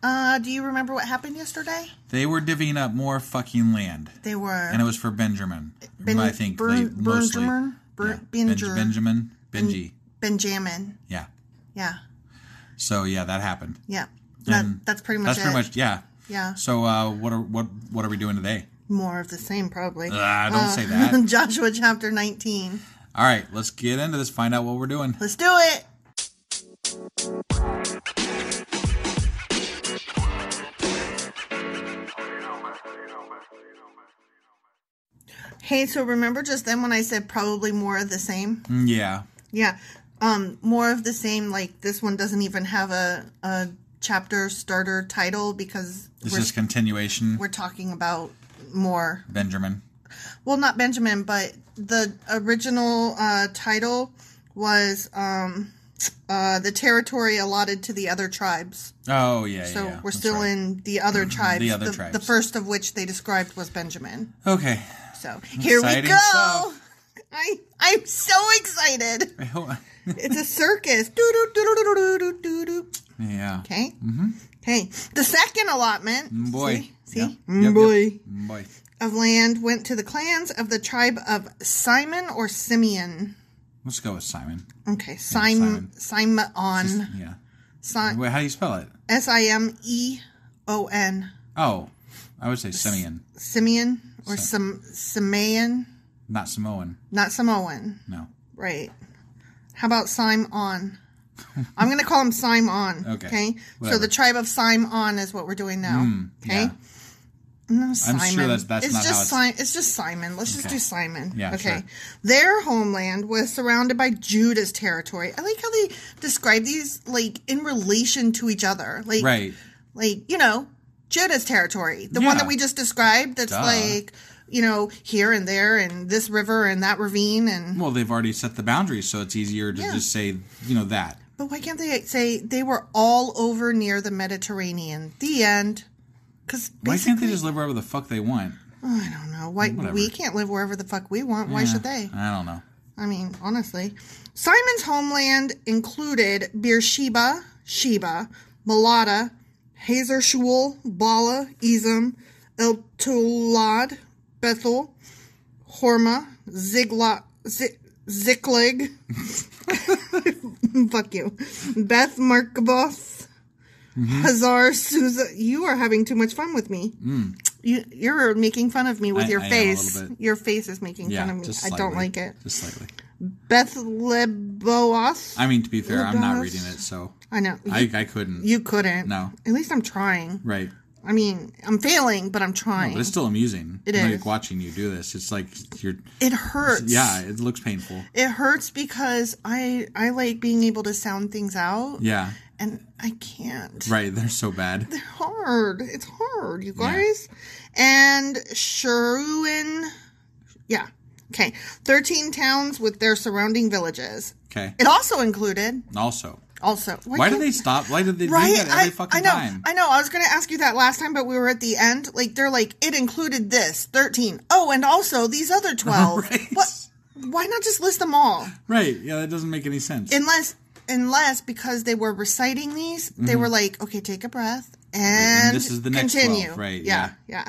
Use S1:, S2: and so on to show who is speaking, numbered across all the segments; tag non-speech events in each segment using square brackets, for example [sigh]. S1: uh, do you remember what happened yesterday?
S2: they were divvying up more fucking land.
S1: They were.
S2: And it was for Benjamin.
S1: Ben-
S2: I think
S1: Ber-
S2: they mostly.
S1: Benjamin? Ber-
S2: yeah, Ben-
S1: Benger.
S2: Benjamin. Benji.
S1: Benjamin.
S2: yeah.
S1: Yeah.
S2: So, yeah, that happened.
S1: Yeah. That,
S2: And
S1: that's pretty much
S2: That's pretty
S1: it.
S2: much, yeah.
S1: Yeah.
S2: So, uh, what are what what are we doing today?
S1: More of the same, probably. Uh,
S2: Ah, don't say that.
S1: [laughs] Joshua chapter 19.
S2: All right, let's get into this. Find out what we're doing.
S1: Let's do it. Hey, so remember just then when I said probably more of the same?
S2: Mm, Yeah,
S1: Yeah. Um, more of the same. Like this one doesn't even have a a chapter starter title because
S2: this
S1: we're
S2: is continuation.
S1: we're talking about more
S2: Benjamin.
S1: well, not Benjamin, but the original uh, title was um, uh, the territory allotted to the other tribes.
S2: Oh yeah,
S1: So
S2: yeah.
S1: we're
S2: that's
S1: still
S2: right. Mm-hmm.
S1: in the other tribes.
S2: other
S1: the,
S2: tribes.
S1: the first of which they described was Benjamin.
S2: Okay. [laughs]
S1: So here
S2: Exciting
S1: we go.
S2: stuff.
S1: [laughs] I I'm so excited.
S2: I hope-
S1: It's a circus. Doo-doo, doo-doo, doo-doo, doo-doo, doo-doo.
S2: yeah.
S1: Okay. Mm-hmm. Okay. The second allotment.
S2: Mm, Boy.
S1: See,
S2: Yeah.
S1: see?
S2: Yep, yep.
S1: boy,
S2: Boy.
S1: of land went to the clans of the tribe of Simon or Simeon.
S2: Let's go with Simon.
S1: Okay, Sim Simon,
S2: Yeah.
S1: Si-
S2: Wait, how do you spell it?
S1: S I M E O N,
S2: Oh, I would say Simeon,
S1: Simeon or Sim Simeon,
S2: not Samoan.
S1: not Samoan,
S2: No.
S1: right? How
S2: [laughs]
S1: about Simon? I'm gonna call him Simon.
S2: Okay,
S1: so
S2: whatever. Hmm,
S1: the tribe of Simon is what we're doing now. okay.
S2: yeah.
S1: No, Simon.
S2: that's- that's
S1: it's
S2: not how
S1: just
S2: it's-
S1: Si- it's just Simon. Let's just
S2: Okay.
S1: do Simon.
S2: Yeah,
S1: okay.
S2: sure.
S1: Their homeland was surrounded by Judah's territory. I like how they describe these like in relation to each other. Like
S2: Right.
S1: like, you know, Judah's territory. The one
S2: Yeah.
S1: that we just described that's
S2: Duh.
S1: like, you know, here and there and this river and that ravine and
S2: Well, they've already set the boundaries, so it's easier to just say, you know, that.
S1: but why can't they say they were all over near the Mediterranean? The end. Cuz
S2: Why can't they just live wherever the fuck they want?
S1: I don't know. Why we can't live wherever the fuck we want. Why should they?
S2: I don't know.
S1: I mean, honestly, Simon's homeland included Beersheba, Sheba, Melada, Hazer Shul, Bala, Ezim, El Tulad, Bethel, Horma, Zigla, Zi- Ziklag, [laughs] fuck you, Beth Markaboth,
S2: Mm-hmm.
S1: Hazar Susa. You are having too much fun with me. You, you're making fun of me with
S2: Mm. I-
S1: your
S2: I am a
S1: face.
S2: little bit.
S1: Your face is making
S2: Yeah,
S1: fun of me.
S2: just
S1: I
S2: slightly.
S1: don't like it.
S2: Just slightly.
S1: Beth Leboas.
S2: I mean, to be fair, I'm not
S1: Leboas.
S2: reading it, so
S1: I know. You,
S2: I, I couldn't.
S1: you couldn't.
S2: No.
S1: At least I'm trying.
S2: right.
S1: I mean, I'm failing, but I'm trying.
S2: But it's still amusing.
S1: It
S2: like
S1: is.
S2: watching you do this. It's like you're.
S1: it hurts.
S2: Yeah, it looks painful.
S1: It hurts because I I like being able to sound things out,
S2: Yeah,
S1: and I can't.
S2: right. [laughs] They're so bad.
S1: They're hard. It's hard, you guys. And Sheruin. Yeah. Okay. 13 towns with their surrounding villages. [laughs]
S2: Okay.
S1: It also included,
S2: Also,
S1: also.
S2: why do
S1: can't-
S2: they stop? Why did they
S1: Right,
S2: do that every
S1: I,
S2: fucking
S1: I know,
S2: time?
S1: I know. I was going to ask you that last time, but we were at the end. Like they're like it included this thirteen. Oh, and also
S2: [laughs]
S1: these other twelve.
S2: Right.
S1: What? Why not just list them all?
S2: Right. Yeah, that doesn't make any sense.
S1: Unless, unless because they were reciting these, they were like, okay, take a breath and
S2: Mm-hmm. this is the next
S1: continue.
S2: 12, right,
S1: Yeah. Yeah.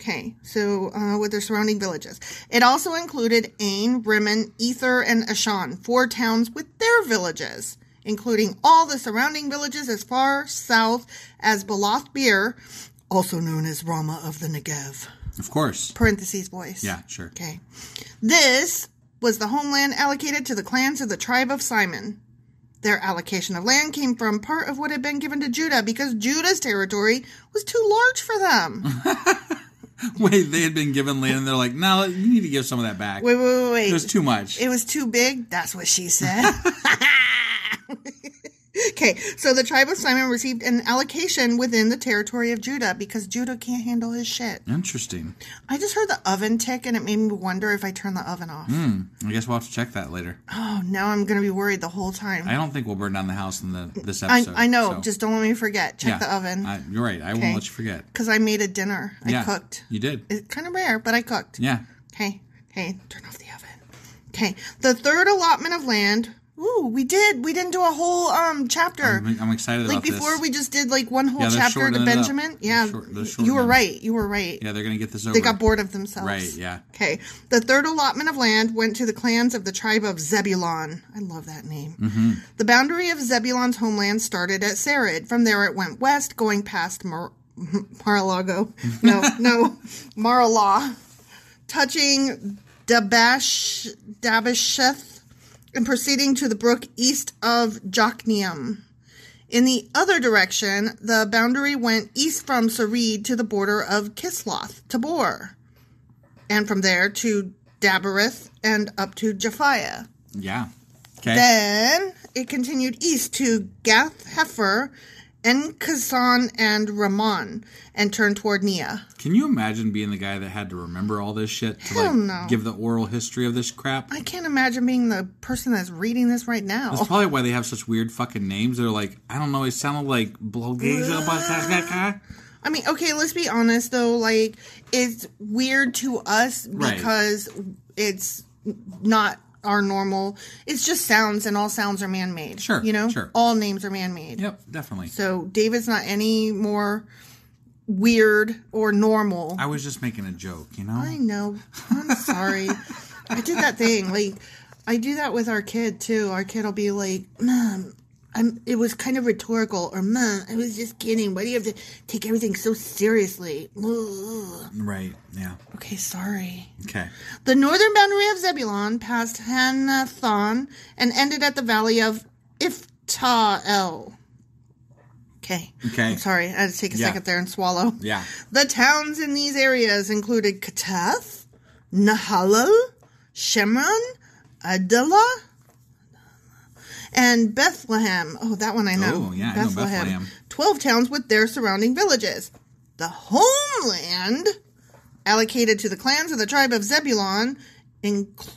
S1: Okay. So uh, with their surrounding villages, it also included Ain, Rimmon, Ether, and Ashan, four towns with their villages. Including all the surrounding villages as far south as Balathbir, also known as Rama of the Negev.
S2: of course.
S1: Parentheses voice.
S2: Yeah, sure.
S1: Okay. This was the homeland allocated to the clans of the tribe of Simon. Their allocation of land came from part of what had been given to Judah because Judah's territory was too large for them.
S2: [laughs] [laughs] Wait, they had been given land, and they're like, "No, you need to give some of that back.
S1: Wait, wait, wait, wait.
S2: it was too much."
S1: It was too big. That's what
S2: [laughs]
S1: she said. [laughs] okay, so the tribe of Simon received an allocation within the territory of Judah because Judah can't handle his shit.
S2: Interesting.
S1: I just heard the oven tick and it made me wonder if I turn the oven off.
S2: I guess we'll have to check that later.
S1: Oh, now I'm going to be worried the whole time.
S2: I don't think we'll burn down the house in the this
S1: I,
S2: episode.
S1: I know.
S2: so-
S1: Just don't let me forget. Check
S2: Yeah.
S1: the [laughs] oven
S2: I, you're right. I
S1: Okay.
S2: won't let you forget.
S1: because I made a dinner. I
S2: yeah,
S1: cooked.
S2: You did.
S1: It's kind of rare, but I cooked.
S2: yeah.
S1: Okay. Okay. Turn off the oven. Okay. The third allotment of land. Ooh, we did. We didn't do a whole um chapter.
S2: I'm, I'm excited
S1: like
S2: about this.
S1: before, we just did like one whole
S2: Yeah, they're
S1: chapter to
S2: shortening it up.
S1: Benjamin.
S2: They're
S1: Yeah,
S2: short- they're
S1: you were
S2: shortening.
S1: right. You were right.
S2: Yeah, they're gonna get this over.
S1: They got bored of themselves.
S2: Right, yeah.
S1: Okay. The third allotment of land went to the clans of the tribe of Zebulon. I love that name.
S2: Mm-hmm.
S1: The boundary of Zebulon's homeland started at Sarid. From there, it went west, going past Mar- [laughs] Mar-a-Lago. No,
S2: [laughs]
S1: no, Mar-a-Law, touching Dabash, Dabasheth, and proceeding to the brook east of Jokneum. In the other direction, the boundary went east from Sarid to the border of Kisloth, Tabor, and from there to Dabareth and up to Japhiah.
S2: Yeah. Okay.
S1: Then it continued east to Gath Hefer Enkasan and Ramon and turned toward Nia.
S2: Can you imagine being the guy that had to remember all this shit to
S1: Hell
S2: like
S1: no.
S2: give the oral history of this crap?
S1: I can't imagine being the person that's reading this right now.
S2: That's probably why they have such weird fucking names. They're like, I don't know, they sound like Blogazabasaka.
S1: I mean, okay, let's be honest though. Like, it's weird to us
S2: Right.
S1: because it's not our normal. It's just sounds, and all sounds are man made.
S2: Sure,
S1: You know?
S2: sure.
S1: All names are man made.
S2: Yep, definitely.
S1: So David's not any more weird or normal.
S2: I was just making a joke, you know?
S1: I know. I'm sorry. I did that thing. Like I do that with our kid too. Our kid will be like, "Mom, I'm." It was kind of rhetorical, or "Mom, I was just kidding. Why do you have to take everything so seriously?" Ugh.
S2: Right, yeah.
S1: Okay, sorry.
S2: Okay.
S1: The northern boundary of Zebulon passed Hanathon and ended at the valley of Iftael. Okay.
S2: Okay.
S1: I'm sorry. I had to take a
S2: Yeah.
S1: second there and swallow.
S2: Yeah.
S1: The towns in these areas included Katath, Nahalal, Shemron, Adela, and Bethlehem. Oh, that one I know.
S2: Oh, yeah, I know Bethlehem.
S1: 12 towns with their surrounding villages. The homeland allocated to the clans of the tribe of Zebulon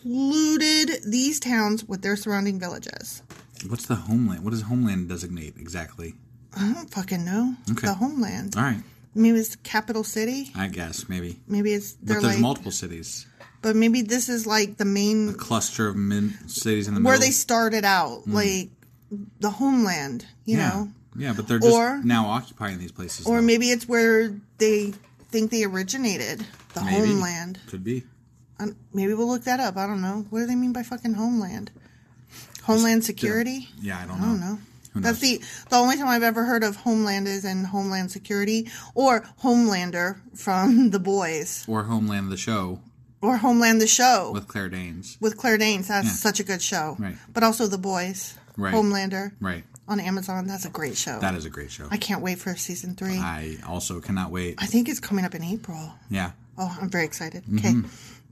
S1: included these towns with their surrounding villages.
S2: What's the homeland? What does homeland designate exactly?
S1: I don't fucking know.
S2: Okay.
S1: The homeland.
S2: All right,
S1: Maybe it's capital city.
S2: I guess, maybe.
S1: Maybe it's
S2: But
S1: they're
S2: there's
S1: like
S2: multiple cities.
S1: but maybe this is like the main
S2: Cluster of min- cities in the
S1: where
S2: middle. Hmm.
S1: they started out, like the homeland, you
S2: yeah.
S1: know,
S2: Yeah, but they're just
S1: Or-
S2: now occupying these places.
S1: or
S2: though.
S1: maybe it's where they think they originated the
S2: Maybe.
S1: homeland.
S2: Could be.
S1: Um, maybe we'll look that up. I don't know. What do they mean by fucking homeland? Homeland security?
S2: Yeah, I don't
S1: I
S2: know.
S1: don't know.
S2: Who
S1: That's
S2: knows?
S1: the the only time I've ever heard of homeland is in Homeland Security or Homelander from [laughs] The Boys
S2: Or Homeland, the show
S1: or Homeland the show with,
S2: with Claire Danes.
S1: Claire Danes. That's such a good show.
S2: Right.
S1: But also The Boys,
S2: Right.
S1: Homelander
S2: Right.
S1: on Amazon. That's a great show.
S2: That is a great show.
S1: I can't wait for season three.
S2: I also cannot wait.
S1: I think it's coming up in April.
S2: Yeah.
S1: Oh, I'm very excited.
S2: Mm-hmm.
S1: Okay.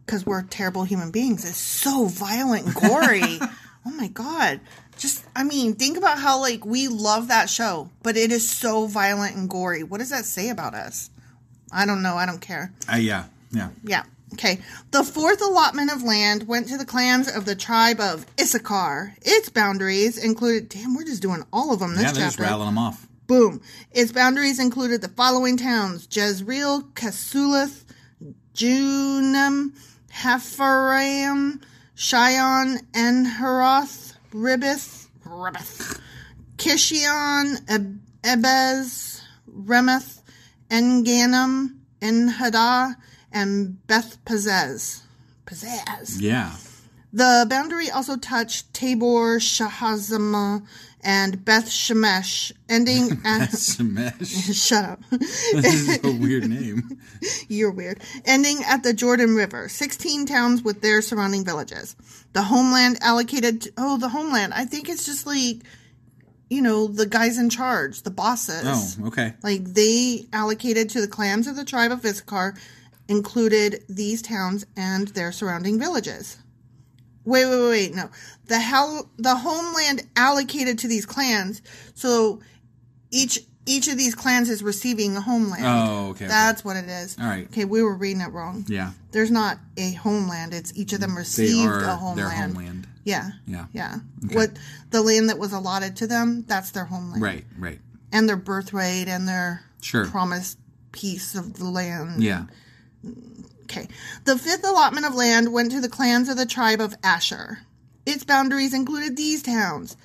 S1: Because we're terrible human beings. It's so violent
S2: [laughs]
S1: and gory. oh my God. Just, I mean, think about how, like, we love that show, but it is so violent and gory. What does that say about us? I don't know. I don't care.
S2: Uh, yeah. Yeah.
S1: Yeah. Okay. The fourth allotment of land went to the clans of the tribe of Issachar. Its boundaries included, damn, we're just doing all of them this
S2: yeah, they're just
S1: chapter.
S2: rattling them off.
S1: Boom. Its boundaries included the following towns Jezreel, Casulath, Junim, Hepharim, Shion, Enharoth, Ribbith, Ribbith, Kishion, Eb- Ebez, Remeth, Enganim, Enhadah, and Beth Pazez. Pazez. [laughs]
S2: Yeah.
S1: The boundary also touched Tabor, Shahazama, and Beth Shemesh, ending at.
S2: Smash. [laughs]
S1: Shut up. [laughs]
S2: this is a weird name.
S1: You're weird. Ending at the Jordan River. 16 towns with their surrounding villages. The homeland allocated. Oh, the homeland. I think it's just like, you know, the guys in charge, the bosses.
S2: Oh, okay.
S1: Like they allocated to the clans of the tribe of Issachar included these towns and their surrounding villages. Wait, wait, wait, wait, no. The hell the homeland allocated to these clans, so each each of these clans is receiving a homeland.
S2: Oh, okay, okay.
S1: That's what it is.
S2: All right.
S1: Okay, we were reading it wrong.
S2: Yeah.
S1: There's not a homeland, it's each of them
S2: They
S1: received
S2: are
S1: a
S2: their
S1: homeland.
S2: homeland.
S1: Yeah.
S2: Yeah.
S1: Yeah. What the land that was allotted to them, that's their homeland
S2: Right, right.
S1: and their birthright and their
S2: Sure.
S1: promised piece of the land.
S2: Yeah.
S1: Okay. The fifth allotment of land went to the clans of the tribe of Asher. Its boundaries included these towns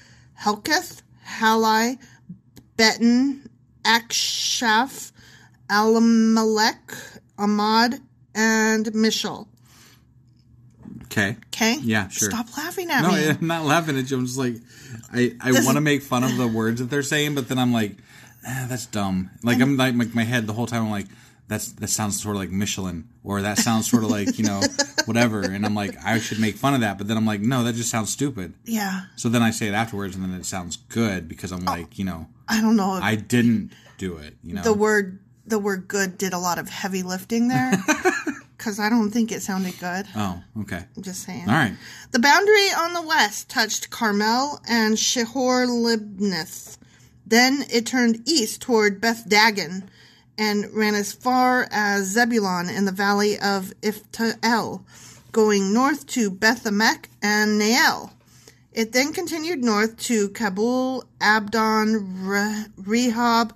S1: Helketh, Halai, Beton, Akshaf, Alamelech, Ahmad, and Mishal.
S2: Okay.
S1: Okay?
S2: Yeah, sure.
S1: Stop laughing at
S2: No,
S1: me.
S2: I'm not laughing at you. I'm just like, I, I
S1: This-
S2: want to make fun of the words that they're saying, but then I'm like, ah, that's dumb. Like I'm like my, my head the whole time. I'm like, that's that sounds sort of like Michelin, or that sounds sort of like you
S1: [laughs]
S2: know whatever. And I'm like, I should make fun of that, but then I'm like, no, that just sounds stupid.
S1: Yeah.
S2: So then I say it afterwards, and then it sounds good because I'm like, you know,
S1: I don't know. if
S2: I didn't do it. You know,
S1: Oh. the word the word good did a lot of heavy
S2: [laughs]
S1: lifting there because i don't think it sounded good
S2: Oh, okay.
S1: i'm just saying
S2: All right.
S1: the boundary on the west touched carmel and shehor libnith Then it turned east toward Beth Dagon and ran as far as Zebulon in the valley of Iftael, going north to Bethamech and Nael. It then continued north to Kabul, Abdon, Re- Rehob,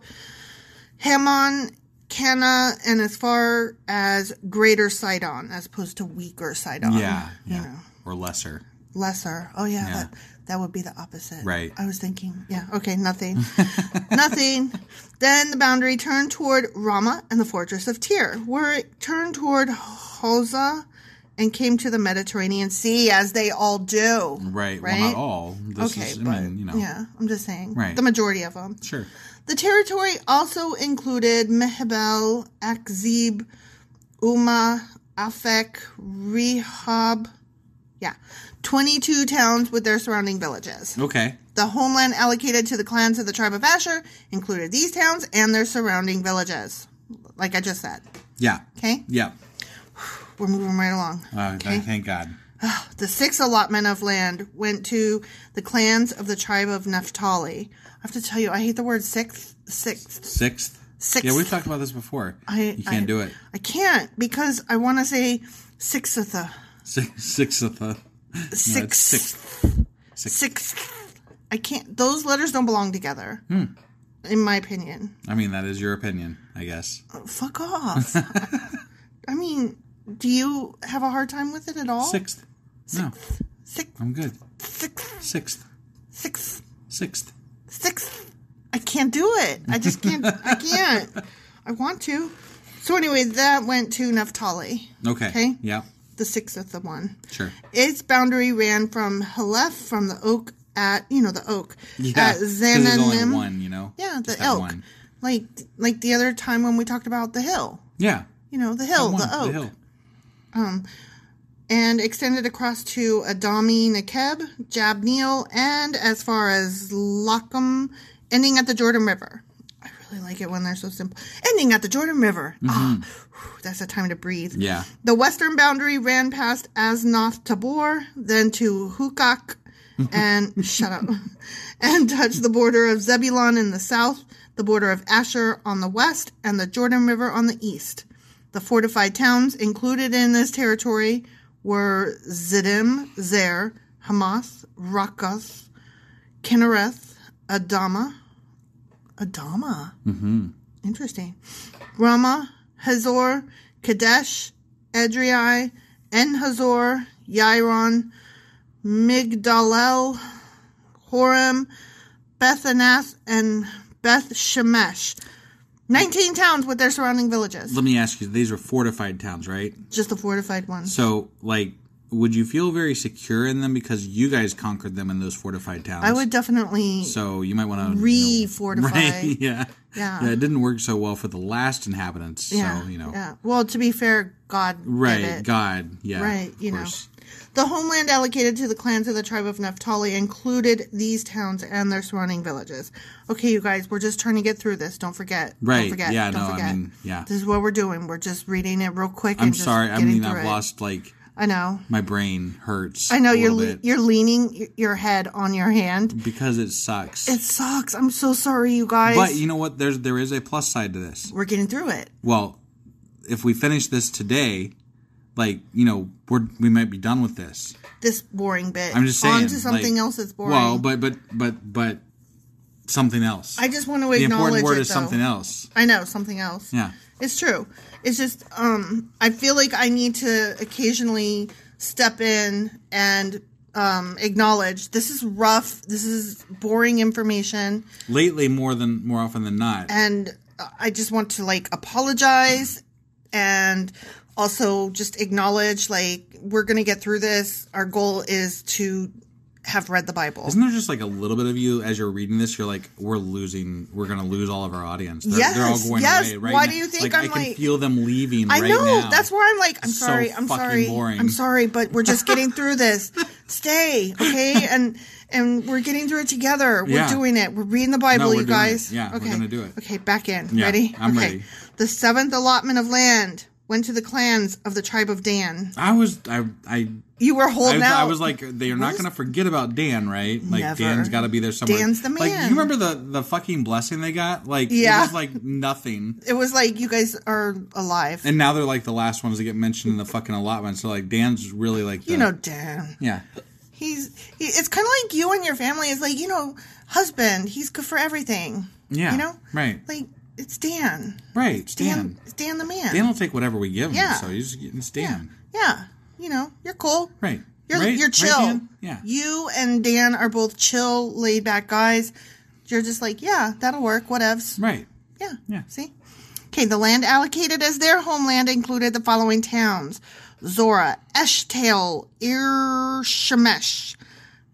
S1: Hammon, Cana, and as far as Greater Sidon, as opposed to Weaker Sidon.
S2: Yeah, yeah. Or lesser.
S1: Lesser. Oh, yeah. That, that would be the opposite.
S2: Right.
S1: I was thinking, yeah, okay, nothing. [laughs] nothing. Then the boundary turned toward Rama and the fortress of Tyr, where it turned toward Hosa and came to the Mediterranean Sea, as they all do.
S2: Right.
S1: Right.
S2: Well, not all. This
S1: okay,
S2: is, I
S1: but
S2: mean, you know.
S1: yeah, I'm just saying.
S2: Right.
S1: The majority of them.
S2: Sure.
S1: The territory also included Mehbel, Akzib, Uma, Afek, Rehob. Yeah, 22 towns with their surrounding villages.
S2: Okay.
S1: The homeland allocated to the clans of the tribe of Asher included these towns and their surrounding villages. Like I just said.
S2: Yeah.
S1: Okay?
S2: Yeah.
S1: We're moving right along.
S2: Uh,
S1: okay?
S2: Thank God.
S1: The sixth allotment of land went to the clans of the tribe of Naphtali. I have to tell you, I hate the word sixth. Sixth.
S2: Sixth.
S1: Sixth.
S2: Yeah, we've talked about this before.
S1: I-
S2: you can't
S1: I-
S2: do it.
S1: I can't because I want to say sixth.
S2: Six, sixth of the.
S1: Sixth.
S2: sixth.
S1: Sixth. I can't. Those letters don't belong together.
S2: Hmm.
S1: In my opinion.
S2: I mean, that is your opinion, I guess. [laughs]
S1: Fuck off. I mean, do you have a hard time with it at all?
S2: Sixth. No,
S1: Sixth.
S2: I'm good.
S1: Sixth.
S2: Sixth.
S1: Sixth.
S2: Sixth.
S1: sixth. I can't do it. I just can't. I can't. I want to. So anyway, that went to Naphtali,
S2: Okay.
S1: Okay. Uh,
S2: Yeah.
S1: the sixth of the one.
S2: Sure.
S1: Its boundary ran from Halef, from the oak at you know the oak
S2: Yeah.
S1: at
S2: 'cause there's only
S1: Zananim.
S2: one, you know.
S1: Yeah, the
S2: Just that
S1: elk.
S2: one.
S1: Like like the other time when we talked about the hill.
S2: Yeah.
S1: You know the hill,
S2: One,
S1: the oak,
S2: hill.
S1: and extended across to Adami Nekeb, Jabneel, and as far as Lockham, ending at the Jordan River. I really like it when they're so simple. Ending at the Jordan River. Ah, whew, that's a time to breathe.
S2: Mm-hmm. Yeah.
S1: The western boundary ran past Asnoth Tabor, then to Hukok, and shut up, [laughs] and touched the border of Zebulon in the south, the border of Asher on the west, and the Jordan River on the east. The fortified towns included in this territory were Zidim, Zer, Hamath, Rakoth, Kinnereth, Adama, Adama. Mm-hmm. Interesting. Rama, Hazor, Kadesh, Edrei, En Hazor, Yairon, Migdalel, Horem, Bethanath, and Beth Shemesh. 19 towns with their surrounding villages.
S2: Let me ask you these are fortified towns, right?
S1: Just the fortified ones.
S2: So, like, would you feel very secure in them because you guys conquered them in those fortified towns?
S1: I would definitely
S2: So, you might want to
S1: re fortify.
S2: [laughs] Right, yeah.
S1: Yeah.
S2: Yeah, it didn't work so well for the last inhabitants. so, you know.
S1: Yeah. Well, to be fair, God. did
S2: Right,
S1: it.
S2: God. Yeah.
S1: Right,
S2: of
S1: you know.
S2: course.
S1: The homeland allocated to the clans of the tribe of Naphtali included these towns and their surrounding villages. Okay, you guys, we're just trying to get through this. Don't forget. Don't
S2: Right,
S1: forget.
S2: yeah,
S1: Don't
S2: no, I
S1: forget.
S2: mean, yeah.
S1: This is what we're doing. We're just reading it real quick.
S2: I'm
S1: and just
S2: sorry. I
S1: getting
S2: mean,
S1: through
S2: I've
S1: it.
S2: lost, like,
S1: I know.
S2: my brain hurts.
S1: I know
S2: a
S1: you're
S2: little
S1: le-
S2: bit
S1: you're leaning y- your head on your hand.
S2: because it sucks.
S1: It sucks. I'm so sorry, you guys.
S2: but you know what? There's there is a plus side to this.
S1: we're getting through it.
S2: Well, if we finish this today, like you know, we're we might be done with this.
S1: This boring bit.
S2: I'm just saying.
S1: On to something
S2: like-
S1: else that's boring.
S2: Well, but but but but something else.
S1: I just want to
S2: the
S1: acknowledge
S2: important word
S1: it,
S2: is
S1: though.
S2: something else.
S1: I know something else.
S2: Yeah.
S1: It's true. It's just um I feel like I need to occasionally step in and um acknowledge this is rough, this is boring information
S2: Lately, more than more often than not.
S1: and I just want to like apologize and also just acknowledge like we're going to get through this. Our goal is to have read the Bible.
S2: isn't there just like a little bit of you as you're reading this? You're like, we're losing. We're gonna lose all of our audience. They're, they're all
S1: Yes,
S2: going
S1: yes.
S2: away right
S1: Why
S2: now.
S1: do you think
S2: like,
S1: I'm,
S2: I can
S1: like-
S2: feel them leaving?
S1: I
S2: right
S1: know.
S2: now.
S1: That's where I'm like, I'm
S2: So
S1: sorry, I'm
S2: fucking
S1: sorry,
S2: boring.
S1: I'm sorry, but we're
S2: [laughs]
S1: just getting through this. Stay, okay, and and we're getting through it together. We're
S2: Yeah.
S1: doing it. We're reading the Bible,
S2: No, we're
S1: you
S2: doing it.
S1: guys.
S2: Yeah, we're
S1: okay.
S2: gonna do it.
S1: Okay, back in.
S2: Yeah,
S1: ready?
S2: I'm
S1: okay.
S2: ready.
S1: The seventh allotment of land went to the clans of the tribe of Dan.
S2: I was I I
S1: You were holding
S2: I,
S1: out.
S2: I was like, they are not
S1: What is-
S2: going to forget about Dan, right? Like
S1: Never.
S2: Dan's got to be there somewhere.
S1: Dan's the
S2: Like you
S1: man.
S2: remember the the fucking blessing they got? Like
S1: Yeah.
S2: it was like nothing.
S1: it was like you guys are alive.
S2: And now they're like the last ones that get mentioned in the fucking allotment. So like Dan's really like the,
S1: you know, Dan.
S2: yeah.
S1: He's he, it's kind of like you and your family is like you know, husband. He's good for everything.
S2: Yeah.
S1: You know.
S2: Right.
S1: Like it's Dan.
S2: Right. It's
S1: Dan.
S2: Dan.
S1: It's Dan the man.
S2: Dan will take whatever we give him.
S1: Yeah.
S2: So he's it's Dan.
S1: yeah. You know, you're cool.
S2: Right.
S1: You're
S2: right?
S1: you're
S2: Right,
S1: chill.
S2: Dan? yeah.
S1: You and Dan are both chill, laid back guys. You're just like, yeah, that'll work. Whatevs.
S2: right.
S1: Yeah.
S2: Yeah.
S1: See? Okay, the land allocated as their homeland included the following towns Zora, Eshtail, Irshemesh,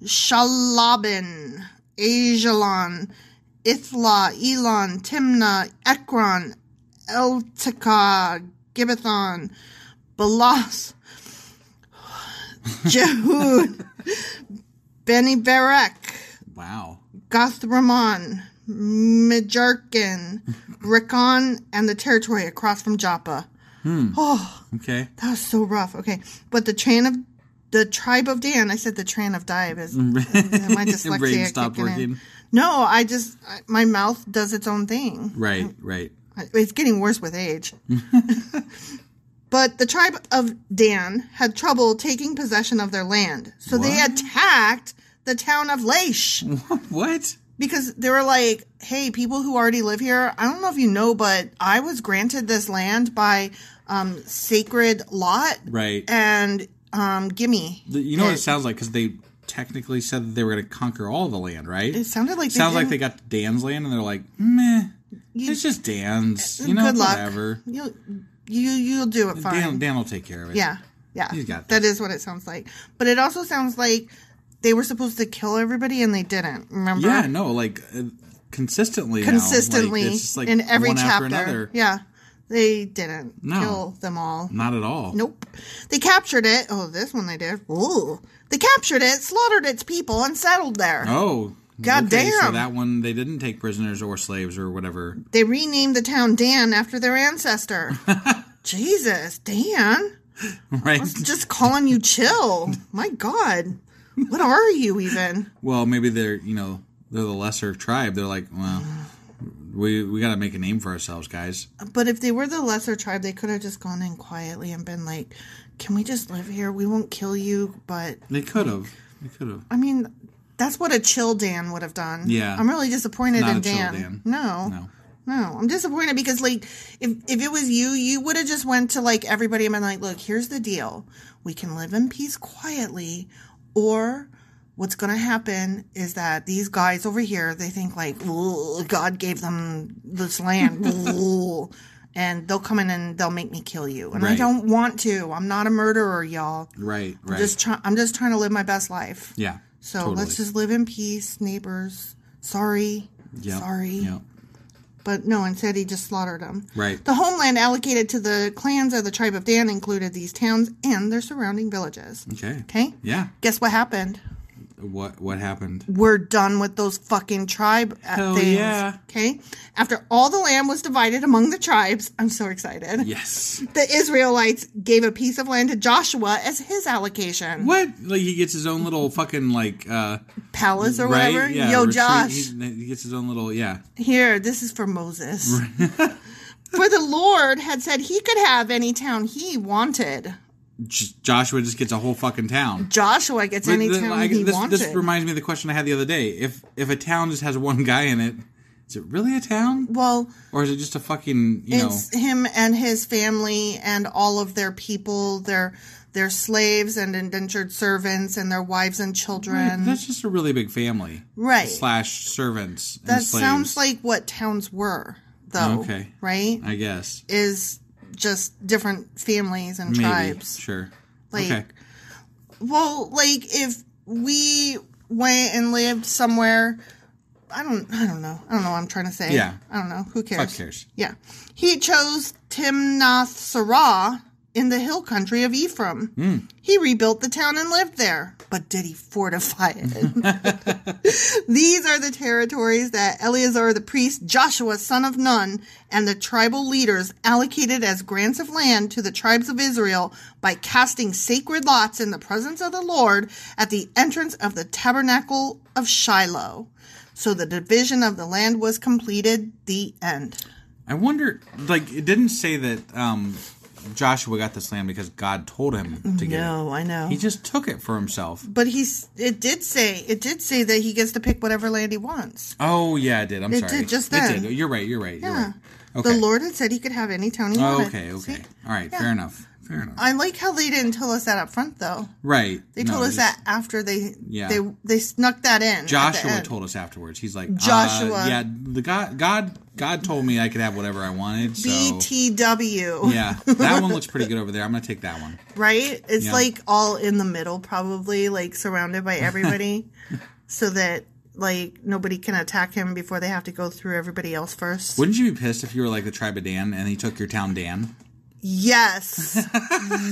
S1: Shalabin, Ajalon, Ithla, Elon, Timna, Ekron, Eltika, Gibbethon, Balas, Jehud, Beni Berek,
S2: Wow.
S1: Gothramon, Majerkin, Rickon, and the territory across from Joppa.
S2: Okay.
S1: That was so rough. Okay, but the train of the tribe of Dan. I said the train of Dive
S2: [laughs]
S1: is my dyslexia
S2: Mm. brain stopped
S1: kicking in.
S2: working.
S1: No, I just I, my mouth does its own thing.
S2: Right. Right. [laughs]
S1: It's getting worse with age. but the tribe of Dan had trouble taking possession of their land, so they attacked the town of Laish
S2: What?
S1: because they were like, "Hey, people who already live here, I don't know if you know, but I was granted this land by um, sacred lot,
S2: Right.
S1: And um, gimme."
S2: The- You know what it sounds like because they technically said that they were going to conquer all the land, right?
S1: It sounded like they
S2: sounds like they
S1: didn't-
S2: got to Dan's land and they're like, meh, it's just Dan's. You know,
S1: eh, good luck.
S2: whatever.
S1: You you you'll do it fine.
S2: Dan, Dan will take care of it.
S1: yeah, yeah.
S2: He's got
S1: that is what it sounds like. But it also sounds like they were supposed to kill everybody and they didn't. Remember?
S2: yeah. No, like uh, consistently, now, like,
S1: consistently
S2: it's just, like,
S1: in every
S2: one
S1: chapter.
S2: after another.
S1: Yeah, they didn't
S2: No.
S1: kill them all.
S2: Not at all.
S1: Nope. They captured it. Oh, this one they did. Ooh. They captured it, slaughtered its people, and settled there.
S2: Oh,
S1: God
S2: okay, So
S1: damn.
S2: that one they didn't take prisoners or slaves or whatever. [laughs]
S1: They renamed the town Dan after their ancestor. Jesus, Dan.
S2: Right.
S1: Just calling you chill. My God. What are you even?
S2: Well, maybe they're you know they're the lesser tribe. They're like, well, we we got to make a name for ourselves, guys.
S1: But if they were the lesser tribe, they could have just gone in quietly and been like, can we just live here? We won't kill you. But,
S2: They could have. They could have.
S1: I mean, that's what a chill Dan would have done.
S2: Yeah.
S1: I'm really disappointed
S2: Not
S1: in
S2: a chill
S1: Dan.
S2: Dan.
S1: No.
S2: No.
S1: No, I'm disappointed because like if if it was you, you would have just went to like everybody and been like, "Look, here's the deal. We can live in peace quietly or what's going to happen is that these guys over here, they think like, "Ooh, God gave them
S2: [laughs]
S1: this land." Ooh. and they'll come in and they'll make me kill you. And I
S2: Right.
S1: don't want to. I'm not a murderer, y'all.
S2: Right.
S1: I'm
S2: Right.
S1: just try- I'm just trying to live my best life.
S2: yeah.
S1: So
S2: totally.
S1: let's just live in peace, neighbors. Sorry.
S2: Yep,
S1: Sorry.
S2: Yep.
S1: But no, instead he just slaughtered them.
S2: Right.
S1: The homeland allocated to the clans of the tribe of Dan included these towns and their surrounding villages.
S2: Okay.
S1: Okay?
S2: Yeah.
S1: Guess what happened?
S2: What what happened?
S1: We're done with those fucking tribe uh,
S2: Hell
S1: things.
S2: yeah.
S1: Okay? After all the land was divided among the tribes, I'm so excited.
S2: Yes.
S1: The Israelites gave a piece of land to Joshua as his allocation.
S2: What? Like he gets his own little fucking like uh
S1: Palace or
S2: right?
S1: whatever?
S2: Yeah,
S1: Yo,
S2: retreat.
S1: Josh.
S2: He, he gets his own little yeah.
S1: Here, this is for Moses.
S2: [laughs]
S1: for the Lord had said he could have any town he wanted.
S2: J- Joshua just gets a whole fucking town.
S1: Joshua gets any
S2: But then,
S1: town
S2: like,
S1: he
S2: this,
S1: wanted.
S2: this reminds me of the question I had the other day. If if a town just has one guy in it, is it really a town?
S1: well,
S2: Or is it just a fucking you know
S1: it's him and his family and all of their people, their their slaves and indentured servants and their wives and children.
S2: that's just a really big family.
S1: Right.
S2: Slash servants. and
S1: that
S2: slaves,
S1: sounds like what towns were, though.
S2: Okay.
S1: Right?
S2: I guess.
S1: Is just different families and
S2: Maybe.
S1: tribes.
S2: Sure.
S1: Like,
S2: okay.
S1: Well, like if we went and lived somewhere, I don't, I don't know, I don't know. what I'm trying to say,
S2: Yeah.
S1: I don't know. Who cares?
S2: Fuck cares.
S1: Yeah, he chose Timnath Sarah in the hill country of Ephraim. He rebuilt the town and lived there, but did he fortify it? [laughs] These are the territories that Eleazar the priest, Joshua son of Nun, and the tribal leaders allocated as grants of land to the tribes of Israel by casting sacred lots in the presence of the Lord at the entrance of the tabernacle of Shiloh. So the division of the land was completed. The end.
S2: I wonder, like, it didn't say that um, Joshua got this land because God told him to get
S1: No, Oh, I know.
S2: it. He just took it for himself.
S1: But he's. It did say. It did say that he gets to pick whatever land he wants.
S2: Oh yeah, I did. I'm
S1: It
S2: sorry.
S1: did just
S2: It
S1: then.
S2: did. You're right. You're right. You're
S1: Yeah.
S2: right. Okay.
S1: The Lord had said he could have any town he
S2: Oh,
S1: wanted.
S2: okay. Okay.
S1: See?
S2: All right. Fair enough. Fair enough.
S1: I like how they didn't tell us that up front, though.
S2: right.
S1: They
S2: No,
S1: told us
S2: just-
S1: that after they
S2: Yeah.
S1: they they snuck that in. at the
S2: Joshua
S1: end.
S2: told us afterwards. He's like uh,
S1: Joshua.
S2: yeah. The God. God. God told me I could have whatever I wanted. So.
S1: BTW.
S2: yeah, that one looks pretty good over there. I'm gonna take that one.
S1: Right? It's
S2: Yeah.
S1: like all in the middle, probably, like surrounded by everybody,
S2: [laughs]
S1: so that like nobody can attack him before they have to go through everybody else first.
S2: Wouldn't you be pissed if you were like the tribe of Dan and he took your town Dan? [laughs]
S1: Yes.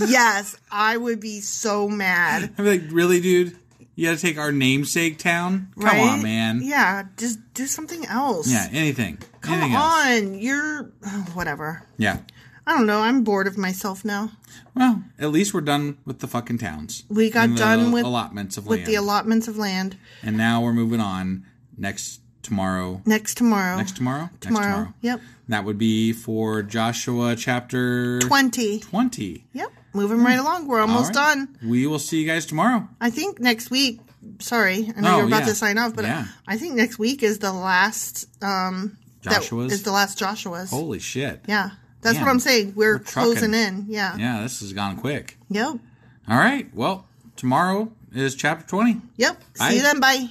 S1: yes. I would be so mad.
S2: I'd be like, really, dude? You gotta take our namesake town? Come
S1: right?
S2: on, man.
S1: Yeah. Just do something else.
S2: Yeah, anything.
S1: Come
S2: anything Else.
S1: on. You're oh, whatever.
S2: Yeah.
S1: I don't know. I'm bored of myself now.
S2: Well, at least we're done with the fucking towns.
S1: We got
S2: And the
S1: done with
S2: allotments of
S1: with
S2: land.
S1: the allotments of land.
S2: and now we're moving on next tomorrow.
S1: Next tomorrow.
S2: Next tomorrow?
S1: tomorrow.
S2: Next tomorrow.
S1: Yep.
S2: That would be for Joshua chapter
S1: 20.
S2: 20.
S1: Yep. Moving right along. We're almost
S2: Hmm. All right.
S1: done.
S2: We will see you guys tomorrow.
S1: I think next week, sorry, I know
S2: Oh,
S1: you're about
S2: yeah.
S1: to sign off, but
S2: Yeah.
S1: I think next week is the last um that
S2: Joshua's.
S1: is the last Joshua's.
S2: Holy shit.
S1: Yeah. That's
S2: Man.
S1: what I'm saying. We're,
S2: We're trucking.
S1: closing in. Yeah.
S2: Yeah, this has gone quick.
S1: Yep.
S2: All right. Well, tomorrow is chapter 20.
S1: Yep. See
S2: Bye.
S1: you then. Bye.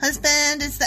S1: Husband, it's the